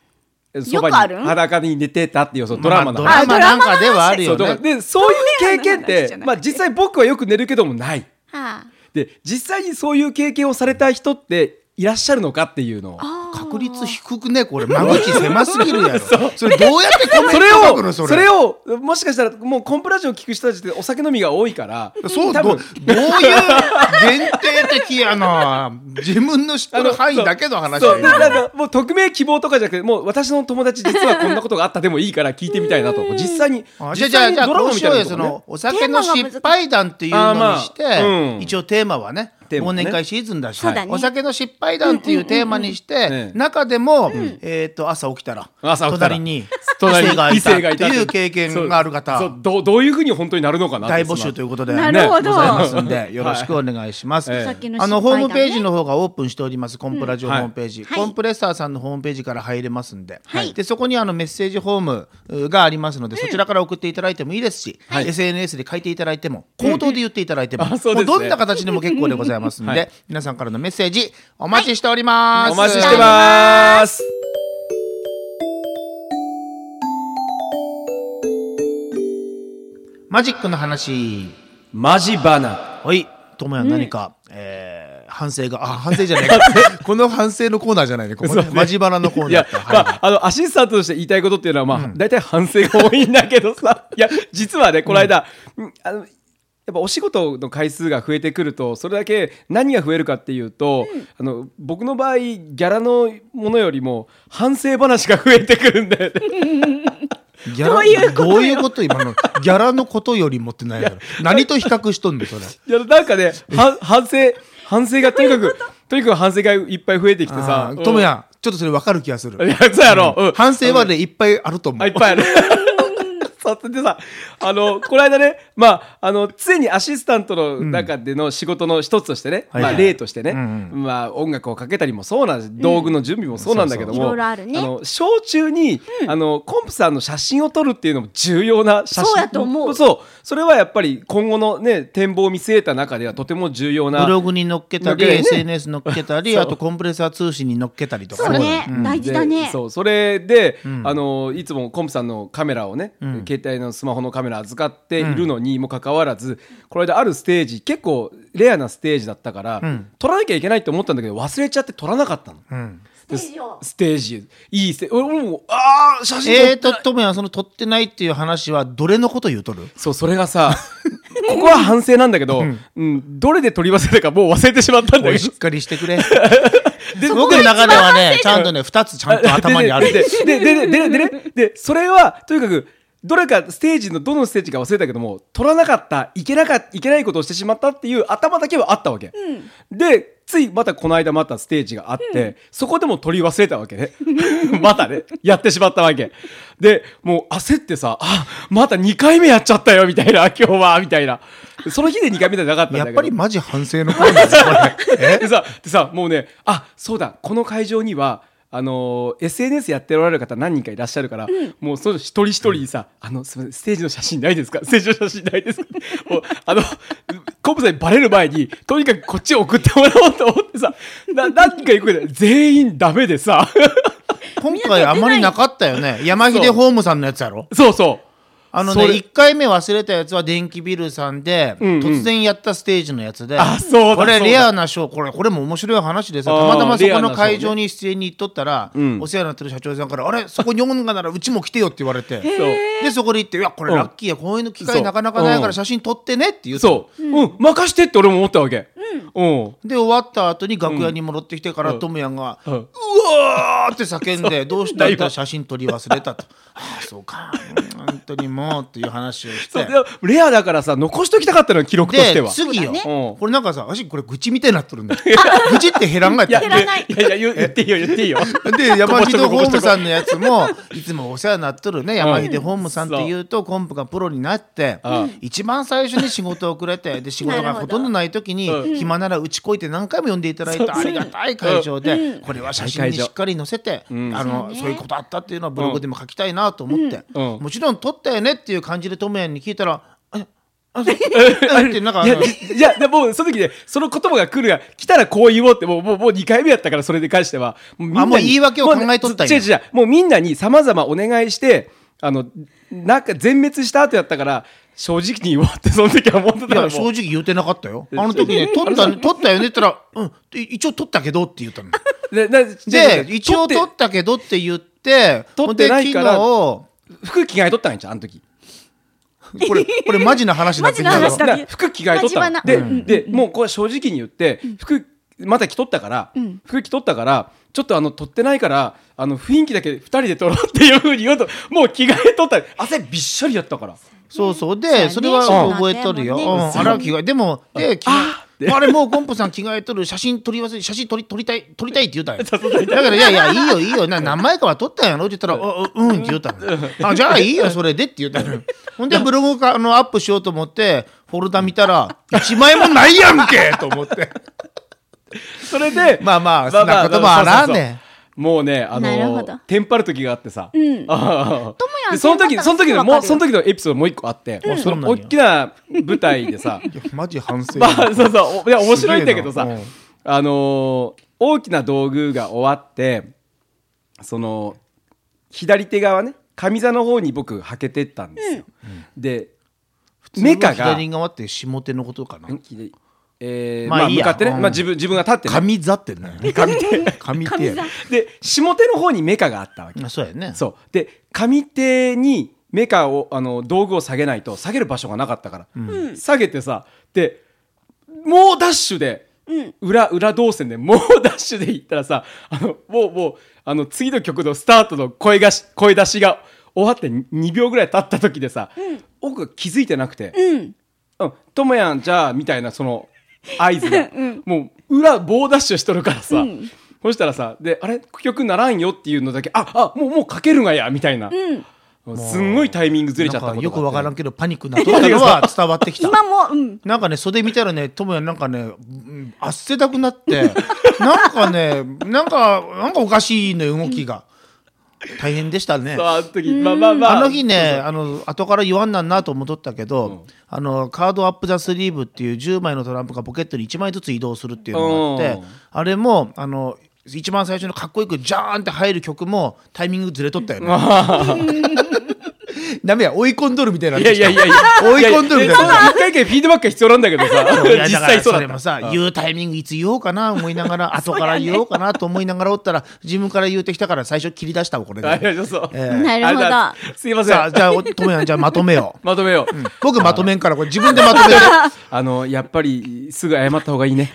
Speaker 3: そば
Speaker 4: よくあ
Speaker 3: に
Speaker 4: る
Speaker 3: 裸に寝てたっていうそのドラマの
Speaker 2: まあドラマなんかではある
Speaker 3: そう
Speaker 2: よ
Speaker 3: だから
Speaker 2: ね
Speaker 3: でそういう経験っ
Speaker 4: ドラマの話じ
Speaker 3: て
Speaker 4: ゃ、なくて
Speaker 3: まあ、実際僕はよく寝るけどもない
Speaker 4: はあ
Speaker 3: で実際にそういう経験をされた人っていらっしゃるのかっていうのを
Speaker 2: 確率低くねこれ間口狭すぎる
Speaker 3: [LAUGHS]
Speaker 2: やろそれどうやってコメン
Speaker 3: そ
Speaker 2: ト
Speaker 3: れ
Speaker 2: 書くの
Speaker 3: を
Speaker 2: そ
Speaker 3: そ
Speaker 2: れ
Speaker 3: れをもしかしたらもうコンプラジオ聞く人たちってお酒飲みが多いから
Speaker 2: そう
Speaker 3: 多
Speaker 2: ど
Speaker 3: 分
Speaker 2: どういう限定的やな自分の知ってる範囲だけの話
Speaker 3: そう
Speaker 2: や
Speaker 3: だからもう匿名希望とかじゃなくてもう私の友達実はこんなことがあったでもいいから聞いてみたいなと実際に
Speaker 2: あじゃあ
Speaker 3: 実
Speaker 2: じゃ
Speaker 3: 際
Speaker 2: あ
Speaker 3: に
Speaker 2: じゃあ
Speaker 3: ドラ
Speaker 2: ど
Speaker 3: マ
Speaker 2: う
Speaker 3: み
Speaker 2: したよ
Speaker 3: いうな
Speaker 2: よ
Speaker 3: こ
Speaker 2: そ
Speaker 3: と
Speaker 2: のお
Speaker 3: ね
Speaker 2: 酒の失敗談っていうのにして、
Speaker 3: テーマが難しいうん
Speaker 2: 一応テーマはね
Speaker 3: テーマ
Speaker 2: 忘
Speaker 3: ね
Speaker 2: 年会シーズンだし
Speaker 4: そうだね
Speaker 2: お酒の失敗談っていうテーマにして、
Speaker 3: うんうんうんうん
Speaker 2: 中でも、えっ、と朝起きたら
Speaker 3: 朝起きたら
Speaker 2: 隣に
Speaker 3: 隣に
Speaker 2: 異性がいたと
Speaker 3: 異性が
Speaker 2: いう
Speaker 3: いた
Speaker 2: 経験がある
Speaker 3: そ
Speaker 2: 方
Speaker 3: うどうどういうふうに本当になるのかなって
Speaker 2: 大募集ということで。ご
Speaker 4: なるほど。
Speaker 2: ざいますんで [LAUGHS] よろしくお願いします。
Speaker 3: はい
Speaker 4: さっきの
Speaker 2: あの
Speaker 4: 失
Speaker 2: ホ
Speaker 4: 敗談ね
Speaker 2: ームページの方がオープンしております、コンプラジオ
Speaker 3: うん
Speaker 2: ホ
Speaker 3: はい
Speaker 2: ームページ、
Speaker 4: はい
Speaker 2: コンプレッサーさんのホームページから入れますんで,、
Speaker 4: はい
Speaker 2: でそこにあのメッセージホームうがありますので、そちらから送っていただいてもいいですし、
Speaker 3: はい
Speaker 2: SNS で書いていただいても口頭で言っていただいても,、
Speaker 3: あそうですね
Speaker 2: どんな形でも結構でございますんで、
Speaker 3: はい
Speaker 2: 皆さんからのメッセージお待ちしております。
Speaker 3: お待ちしてます
Speaker 2: マジックの話
Speaker 3: マジバナ
Speaker 2: はい、ともや何か、えー反省が、あ、反省じゃない。この反省のコーナーじゃないね、ここね、マジバラのコー
Speaker 3: い
Speaker 2: ナ
Speaker 3: や
Speaker 2: ー、だった。
Speaker 3: ま
Speaker 2: は
Speaker 3: あ、あのアシスタントとして言いたいことっていうのは、まあ大体反省が多いんだけど
Speaker 2: [LAUGHS]
Speaker 3: さいや実はねこの間、うんあのやっぱお仕事の回数が増えてくるとそれだけ何が増えるかっていうと、あの僕の場合ギャラのものよりも反省話が増えてくるんだよ
Speaker 2: [LAUGHS]
Speaker 3: ね。
Speaker 2: いギャラ
Speaker 4: どういうことよ
Speaker 2: どういうこと今の、ギャラのことよりもってないやろ。何と比較しとんの、それ。
Speaker 3: いやなんかねは反省反省がとにかくとにかく反省がいっぱい増えてきてさ
Speaker 2: あーともや、ちょっとそれ分かる気がす
Speaker 3: うんい
Speaker 2: る。
Speaker 3: やそうやろ、うん
Speaker 2: 反省はね、いっぱいあると思
Speaker 3: あ、いっ
Speaker 2: う。
Speaker 3: ぱ [LAUGHS] いある。さてでさ、あの、この間ね、まあ、あの、常にアシスタントの中での仕事の一つとしてね、
Speaker 2: はい
Speaker 3: ま
Speaker 2: はい
Speaker 3: あ、例としてね、
Speaker 2: うん
Speaker 3: まあ、音楽をかけたりもそうなんです、道具の準備もそうなんだけども、
Speaker 4: そうそういろいろあるね
Speaker 3: の、小中に、あの、コンプさんの写真を撮るっていうのも重要な写真。
Speaker 4: そうやと思う
Speaker 3: そう。それはやっぱり今後のね、展望を見据えた中ではとても重要な。
Speaker 2: ブログに載っけたり、
Speaker 3: 載っけたりね
Speaker 2: SNS 載っけたり、
Speaker 3: そう
Speaker 2: あとコンプレッサー通信に載っけたりとか
Speaker 4: そうね、大事だ
Speaker 3: で
Speaker 4: ね。
Speaker 3: そうそれで、あのいつもコンプさんのカメラをね、携帯のスマホのカメラ預かっているのにもかかわらず、この間あるステージ結構レアなステージだったから、撮らなきゃいけないと思ったんだけど忘れちゃって撮らなかったの、
Speaker 2: うん
Speaker 3: で
Speaker 4: ステージを
Speaker 3: ステージいいステ俺俺もああ写真撮っ
Speaker 2: えーと、ともや、その撮ってないっていう話は、どれのこと言うとる
Speaker 3: そうそれがさここは反省なんだけど、うんどれで撮り忘れたかもう忘れてしまったん
Speaker 2: お
Speaker 3: だけ
Speaker 2: い
Speaker 3: ど
Speaker 2: しっかりしてくれ。僕の中ではね、ちゃんとね、二つちゃんと頭にある。
Speaker 3: ででででででででそれはとにかくどれかステージのどのステージか忘れたけども取らなかったいけなかっいけないことをしてしまったっていう頭だけはあったわけ、でついまたこの間またステージがあって、そこでも取り忘れたわけね [LAUGHS] またねやってしまったわけでもう焦ってさあまた2回目やっちゃったよみたいな今日はみたいなその日で2回目じゃなかったんだ
Speaker 2: や
Speaker 3: け
Speaker 2: っ
Speaker 3: ど
Speaker 2: ぱりマジ反省の声ですよこれ
Speaker 3: [LAUGHS] でさでさもうねあそうだこの会場にはあのー SNS やっておられる方何人かいらっしゃるから、もうその一人一人にさ、あのすみませんステージの写真ないですか [LAUGHS] ステージの写真ないですかもうあのコブさんにバレる前にとにかくこっちを送ってもらおうと思ってさな何人か行くけど全員ダメでさ [LAUGHS]
Speaker 2: 今回あまりなかったよね山秀ホームさんのやつやろ
Speaker 3: そうそう
Speaker 2: あの
Speaker 3: そ
Speaker 2: ね
Speaker 3: れ
Speaker 2: 1回目忘れたやつは電気ビルさんで、
Speaker 3: んうん
Speaker 2: 突然やったステージのやつで
Speaker 3: あそうだ
Speaker 2: これ
Speaker 3: そうだ
Speaker 2: レアなショーこれこれも面白い話でさ
Speaker 3: あー
Speaker 2: たまたまそ
Speaker 3: レア
Speaker 2: こ
Speaker 3: なショー
Speaker 2: の
Speaker 3: ね
Speaker 2: 会場に出演に行っとったら、
Speaker 3: ん
Speaker 2: お世話になってる社長さんから「あれそこに音がならうちも来てよ」って言われて
Speaker 3: そう
Speaker 2: でそこで行って「いやこれ
Speaker 3: うん
Speaker 2: ラッキーやこういうの機
Speaker 3: そう
Speaker 2: 会なかなかないか
Speaker 3: うん
Speaker 2: ら写真撮ってね」って言って
Speaker 3: そう、うん任してって俺も思ったわけうん、
Speaker 2: で終わった後に楽屋に戻ってきてから、
Speaker 3: うん
Speaker 2: トムヤンが「
Speaker 3: うん
Speaker 2: うわーって叫ん
Speaker 3: [LAUGHS]
Speaker 2: でどうしたんだ写真撮り忘れたとああそうかうん本当にもうっていう話をし
Speaker 3: [LAUGHS] そう
Speaker 2: て
Speaker 3: でレアだからさ残しときたかったのよ記録として
Speaker 2: で
Speaker 3: は
Speaker 2: 次よ、
Speaker 4: そうだ
Speaker 3: ね
Speaker 2: これなんかさ私これ愚痴みたいになっとるんだよ愚痴って減らんがやった
Speaker 4: 減らない
Speaker 3: いやいや言う言っていいよ言っていいよ
Speaker 2: で山秀ホームさ
Speaker 3: ん
Speaker 2: んのやつもいつもお世話になっとるね山秀ホームさんっていうとコンプがプロになって
Speaker 3: うん
Speaker 2: 一番最初に仕事をくれてで仕事がほとんどない時に
Speaker 3: う
Speaker 2: 暇ならうちこいて何回も呼んでいただいたありがたい会場でこれは写真にしっかり載せてあのそういうことあったっていうのはブログでも書きたいなと思って
Speaker 3: うんうん
Speaker 2: もちろん撮ったよねっていう感じでトムヤンに聞いたら「ああそうえって [LAUGHS] なんかあ
Speaker 3: いや
Speaker 2: の
Speaker 3: いやでもうその時でその言葉が来るが来たらこう言おうってもうもうもう2回目やったからそれに関してはもうみんな
Speaker 2: あもう言い訳を考えとったんや
Speaker 3: もうね違う違うもうみんなに様々お願いしてあのなんか全滅した後やったから正直に言おうってその時は思ってた
Speaker 2: い
Speaker 3: のも
Speaker 2: や
Speaker 3: う
Speaker 2: 正直言うてなかったよ。あの時ね、取ったね、取ったよねって言ったら、うん、い一応取ったけどって言っ
Speaker 3: [LAUGHS]
Speaker 2: たの。
Speaker 3: でな違う
Speaker 2: で、
Speaker 3: 違う
Speaker 2: 一応
Speaker 3: 取
Speaker 2: 取
Speaker 3: っ
Speaker 2: ったけどって言って、
Speaker 3: 取ってないから
Speaker 2: ほん
Speaker 3: て服着替えとったんやんちゃんあの時
Speaker 2: で昨日、これ、これマジな話になってき
Speaker 4: マ
Speaker 2: た
Speaker 4: ジな
Speaker 2: よ
Speaker 4: 話だ
Speaker 3: だから服着替えとったの
Speaker 4: 立花
Speaker 3: で,、
Speaker 4: うん
Speaker 3: でもうこれ正直に言って服また着とったから、服着とったからちょっとあの取ってないからあの雰囲気だけ2人で取ろうっていうふうに言うともう着替えとった汗びっしょりやったから
Speaker 2: そうそう。
Speaker 4: そうや
Speaker 2: で、
Speaker 4: ね
Speaker 2: それは覚えとるよ。
Speaker 4: う
Speaker 2: うんん、あれは着替え。でも、で、き
Speaker 3: って。
Speaker 2: あれもうコンポさん着替えとる写真撮り忘れ写真撮り撮りたい撮りたいって言う [LAUGHS] たんやだから「いやいやいいよいいよな何枚かは撮ったんやろ」って言ったら「ああうん」って言うたんやあじゃあいいよそれで」って言ったのよほんでブログかあのアップしようと思ってフォルダ見たら「1枚もないやん [LAUGHS] け!」と思って
Speaker 3: それで、
Speaker 2: まあまあそんなこともあらんね
Speaker 3: もうね、あの
Speaker 4: なるほ
Speaker 3: ー
Speaker 4: ど、
Speaker 3: テンパる時があってさ。 [LAUGHS]
Speaker 4: ん
Speaker 3: ああ
Speaker 4: ともやん
Speaker 3: でその時、
Speaker 4: テンパったら
Speaker 3: その時の、もう、その
Speaker 4: すぐわかるよ
Speaker 3: 時のエピソードもう一個あって、
Speaker 2: ん
Speaker 3: その大きな舞台で
Speaker 4: [LAUGHS]
Speaker 3: さ、
Speaker 2: いやマジ反省
Speaker 3: まあ、そうそう、おいや、面白いんだけどさ
Speaker 2: すげえなうん、
Speaker 3: あのー、大きな道具が終わって、その、左手側ね、上座の方に僕、はけてったんですよ。で、メカが、
Speaker 2: 左側って下手のことかな
Speaker 3: えー
Speaker 2: まあ
Speaker 3: まあ、
Speaker 2: いい
Speaker 3: 向
Speaker 2: や
Speaker 3: かってね、
Speaker 2: うん
Speaker 3: まあ、自分、自分が立ってね
Speaker 2: 神座ってね
Speaker 3: 上手。
Speaker 2: 神手や
Speaker 3: で、下手の方にメカがあったわけ。
Speaker 2: あそうやね
Speaker 3: そうで上手にメカをあの道具を下げないと下げる場所がなかったから、下げてさでもうダッシュで、裏裏動線でもうダッシュで行ったらさあのもうもうあの次の曲のスタートの声がし声出しが終わって2秒ぐらい経った時でさ、奥が気づいてなくて
Speaker 4: うん
Speaker 3: 「うんともやんじゃあ」みたいなそ [LAUGHS] の合図が、もう裏棒ダッシュしとるからさ、そしたらさで「あれ曲ならんよ」っていうのだけ「ああもうもうかけるがや」みたいな、
Speaker 4: うん
Speaker 3: もうすんごいタイミングずれちゃった
Speaker 2: なんかよくわからん
Speaker 3: ん
Speaker 2: けどパニックになっとったのは
Speaker 3: [LAUGHS]
Speaker 2: 伝わってきた
Speaker 4: 今もうん
Speaker 2: なんかね袖見たらねともやなんかねうん汗だくなってなんかねなんかなんかおかしいのよ動きが大変でしたね
Speaker 3: そうあの時まあまあまあ
Speaker 2: あの日ねあの後から言わんなんなと思っとったけど、あのカードアップ・ザ・スリーブっていう10枚のトランプがポケットに1枚ずつ移動するっていうのがあっ
Speaker 3: う
Speaker 2: て
Speaker 3: ん
Speaker 2: あれもあの一番最初のかっこよくジャーンって入る曲もタイミングずれと
Speaker 3: [LAUGHS]
Speaker 2: ったよね。ダメや追い込んどるみたいになっ
Speaker 3: い
Speaker 2: て
Speaker 3: や
Speaker 2: き
Speaker 3: い
Speaker 2: た
Speaker 3: やいやいや
Speaker 2: 追い込んどるみたいになってきた
Speaker 3: そんな一回一回フィードバックが必要なんだけどさ
Speaker 2: いや
Speaker 3: 実
Speaker 2: だから
Speaker 3: 際そう
Speaker 2: そ
Speaker 3: だ
Speaker 2: れ
Speaker 3: っ
Speaker 2: も
Speaker 3: た
Speaker 2: さ言うタイミングいつ言おうかな思いなが
Speaker 3: [LAUGHS]
Speaker 2: ら後から言おうかなと思いながらおったら自分から言うてきたから最初切り出したわこれ
Speaker 3: [LAUGHS] あい
Speaker 2: で。
Speaker 3: やそうそう
Speaker 2: え
Speaker 4: なるほど
Speaker 3: あれだすいませ
Speaker 2: さあ
Speaker 3: ん
Speaker 2: じゃあおともやんじゃあまとめよう。
Speaker 3: まとめよう、
Speaker 2: 僕まとめんからこれ自分でまとめて。
Speaker 3: あのやっぱりすぐ謝った方がいい [LAUGHS] ね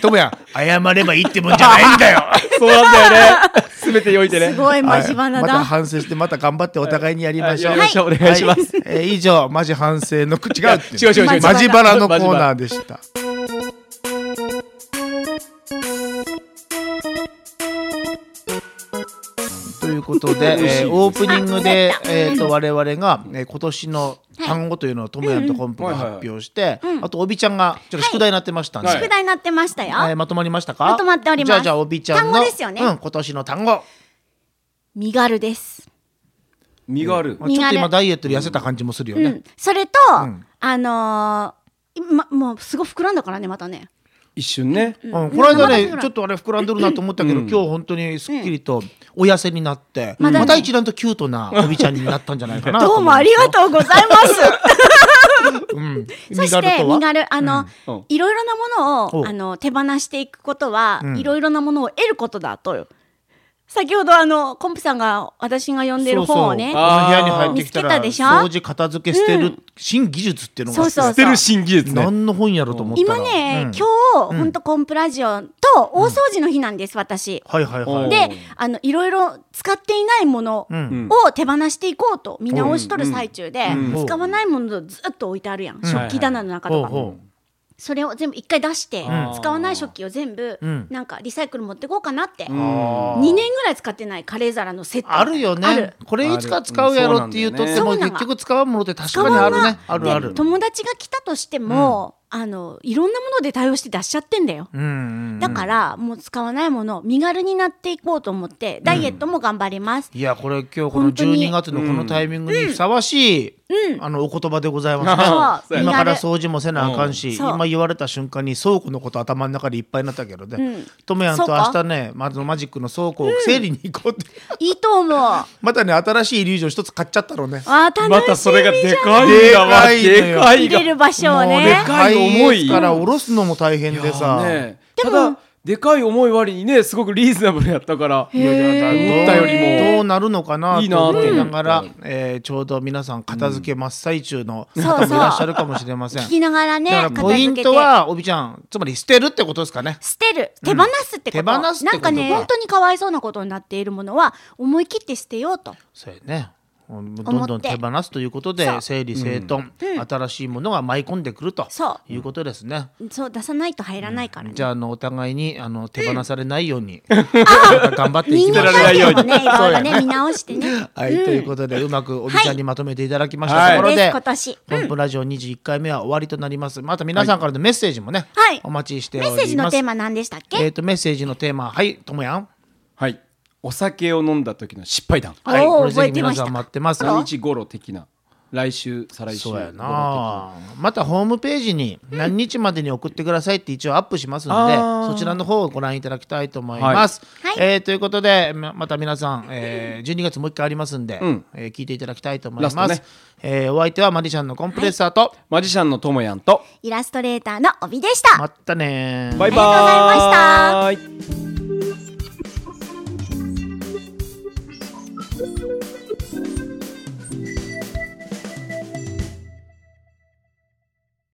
Speaker 2: ともやん謝ればいいってもんじゃないん
Speaker 3: [LAUGHS]
Speaker 2: だよ。
Speaker 3: そうなんだよね全てにおいてね
Speaker 4: すごいマジ
Speaker 2: は
Speaker 4: 花
Speaker 2: いまた
Speaker 4: だ
Speaker 2: 反省してまた頑張ってお互いにやりましょう。
Speaker 3: はいやりましょうお願いします
Speaker 2: はえー以上マジ反省の口が違うって
Speaker 3: 違う違う違う
Speaker 2: マジバラのコーナーでした。ということで、えーオープニングで、えー、と我々が、えー今年の単語というのをともやんとコンプが発表して、あとおびちゃんがちょっと宿題になってましたんで、
Speaker 3: はい
Speaker 4: 宿題になってましたよ
Speaker 2: えーまとまりましたか
Speaker 4: まとまっております
Speaker 2: じゃあじゃあおびちゃんの
Speaker 4: 単語ですよね
Speaker 2: うん、今年の単語
Speaker 4: 身軽です
Speaker 3: 身がある
Speaker 2: まあちょっと今ダイエットで痩せた感じもするよ
Speaker 4: う
Speaker 2: ね、
Speaker 4: んそれと
Speaker 2: ん
Speaker 4: あのー今もうすごい膨らんだからねまたね
Speaker 3: 一瞬ね
Speaker 2: うんこの間
Speaker 4: ま
Speaker 2: ね
Speaker 4: だ
Speaker 2: ちょっとあれ膨らんでるなと思ったけど、今日本当にすっきりとお痩せになって、
Speaker 4: まだね
Speaker 2: また一段とキュートなおびちゃんになったんじゃないかな
Speaker 4: [LAUGHS] どうもありがとうございます
Speaker 2: と思いますよ、うん、
Speaker 4: そ
Speaker 2: 身
Speaker 4: し
Speaker 2: 軽
Speaker 4: て
Speaker 2: とは
Speaker 4: 身軽あの、
Speaker 3: うん
Speaker 4: いろいろなもの
Speaker 2: お
Speaker 4: をあの手放していくことは、
Speaker 2: ん
Speaker 4: いろいろなものを得ることだと先ほどあのコンプさんが私が読んでる本をね
Speaker 2: そうそうこの部屋に入ってきたら
Speaker 4: 見つけたでしょ
Speaker 2: 掃除片付け捨てる、新技術っていうのが
Speaker 4: そうそう
Speaker 3: 捨てる新技術ね
Speaker 2: 何の本やろと思ったら
Speaker 4: 今ね、
Speaker 2: うん
Speaker 4: 今日本当コンプラジオと大掃除の日なんです、私。
Speaker 2: はいはいはい
Speaker 4: で
Speaker 3: おー
Speaker 4: あのいろいろ使っていないもの
Speaker 2: ん
Speaker 4: を手放していこうと見直しとる最中で、
Speaker 2: うんうん
Speaker 4: 使わないものずっと置いてあるやん、食器棚の中
Speaker 2: ほ
Speaker 4: と
Speaker 2: う
Speaker 4: か、
Speaker 2: ほ
Speaker 4: それを全部一回出して、
Speaker 3: ん
Speaker 4: 使わない食器を全部、
Speaker 2: うん
Speaker 4: なんかリサイクル持ってこうかなって、
Speaker 2: う、うん
Speaker 4: 2年ぐらい使ってないカレー皿のセット
Speaker 2: あるよ
Speaker 4: ある
Speaker 2: ねこれいつか使うやろって言うとって
Speaker 4: あ
Speaker 2: も
Speaker 4: るそうなんだよね
Speaker 2: 結局使うものって確かにあるねあるある
Speaker 4: で友達が来たとしても、あのいろんなもので対応して出しちゃってんだよ、
Speaker 2: うんうん
Speaker 4: だからもう使わないもの身軽になっていこうと思ってダイエットも頑張ります、
Speaker 2: いやこれ今日この
Speaker 4: 本当に
Speaker 2: 12月のこのタイミングにふさわしい、あのお言葉でございますね。 [LAUGHS]
Speaker 4: そうう
Speaker 3: や
Speaker 4: 身
Speaker 2: 今から
Speaker 4: 軽
Speaker 2: 掃除もせなあかんし、
Speaker 4: そう
Speaker 2: 今言われた瞬間に倉庫のこと頭の中でいっぱいになったけどね、ともやんと
Speaker 4: そう
Speaker 2: 明
Speaker 4: か
Speaker 2: 日ねまずマジックの倉庫を整理に行こうって、
Speaker 4: いいと思うあ
Speaker 2: またね新しいイリュージョン一つ買っちゃったろうね。
Speaker 4: ー楽しみ
Speaker 3: またそれがでかい
Speaker 2: で
Speaker 3: んだわ
Speaker 2: かいのよ
Speaker 3: でかい
Speaker 4: 入れる場所を
Speaker 2: もう
Speaker 4: ね
Speaker 2: でかい
Speaker 3: 重い
Speaker 2: 重いから下ろすのも大変でさ。
Speaker 3: ねただでかい重い割にねすごくリーズナブルやったから
Speaker 2: いやいや
Speaker 3: へー
Speaker 2: 思ったよりもどうなるのかない
Speaker 3: いな
Speaker 2: と思
Speaker 3: と思
Speaker 2: い
Speaker 3: い
Speaker 2: な
Speaker 3: な
Speaker 2: が
Speaker 3: が
Speaker 2: ら
Speaker 3: ら、
Speaker 2: えーちょうど皆さん片付け真っ最中の
Speaker 4: ん
Speaker 2: 方もい
Speaker 4: そうそう
Speaker 2: らっしゃるかもしれません。
Speaker 4: 聞きながらね
Speaker 2: だから
Speaker 4: 片
Speaker 2: ポイ
Speaker 4: 付
Speaker 2: ン
Speaker 4: けて
Speaker 2: トはおびちゃんつまり捨てるってことですかね
Speaker 4: 捨てる手放すってこと、
Speaker 2: 手放すってことか
Speaker 4: なんかね本当にかわいそうなことになっているものは思い切って捨てようと
Speaker 2: そうやねどんどん手放すということ
Speaker 4: そ
Speaker 2: で
Speaker 4: う
Speaker 2: 整理整頓、新しいものが舞い込んでくると
Speaker 4: そ
Speaker 2: いうことですね。
Speaker 4: そう出さないと入らないからね、
Speaker 2: じゃああのお互いにあの手放されないように、また頑張っていき
Speaker 4: 人
Speaker 2: ましょ [LAUGHS]
Speaker 4: 間
Speaker 2: う。
Speaker 4: 関係もねいろいろね見直してね
Speaker 2: はい、ということでうまくおじちゃんにまとめていただきました、
Speaker 3: はい
Speaker 2: ところ
Speaker 4: で
Speaker 2: で、
Speaker 4: す今年
Speaker 2: 本ンプラジオ21回目は終わりとなりますまた皆さんからのメッセージもね、
Speaker 4: はい
Speaker 2: お待ちしており
Speaker 4: メ
Speaker 2: ます
Speaker 4: ッセージのテーマ何でしたっけ、
Speaker 2: えっ、とメッセージのテーマはいともやん
Speaker 3: はい。お酒を飲んだ時の失敗談。
Speaker 2: はい
Speaker 4: おー
Speaker 2: これぜ
Speaker 4: 覚え
Speaker 2: ひ
Speaker 4: てま
Speaker 2: 皆
Speaker 4: した
Speaker 2: さん待ってます
Speaker 3: 何日頃的な。来週、再来週。
Speaker 2: そうや
Speaker 3: 頃
Speaker 2: なまたホームページに何日までに送ってくださいって一応アップしますので、
Speaker 3: あー
Speaker 2: そちらの方をご覧いただきたいと思います、
Speaker 4: はい
Speaker 2: えーということでままた皆さん、えー12月もう一回ありますんで、
Speaker 3: ん
Speaker 2: えー聞いていただきたいと思いま
Speaker 3: ラ
Speaker 2: す、
Speaker 3: ストね
Speaker 2: えーお相手はマリシャンのコンプレッサーと、
Speaker 3: 的マジシャンのともやんと。
Speaker 4: イラストレーターの帯でした
Speaker 2: まったねー
Speaker 3: バイバーイ。。
Speaker 4: ありがとうございましたた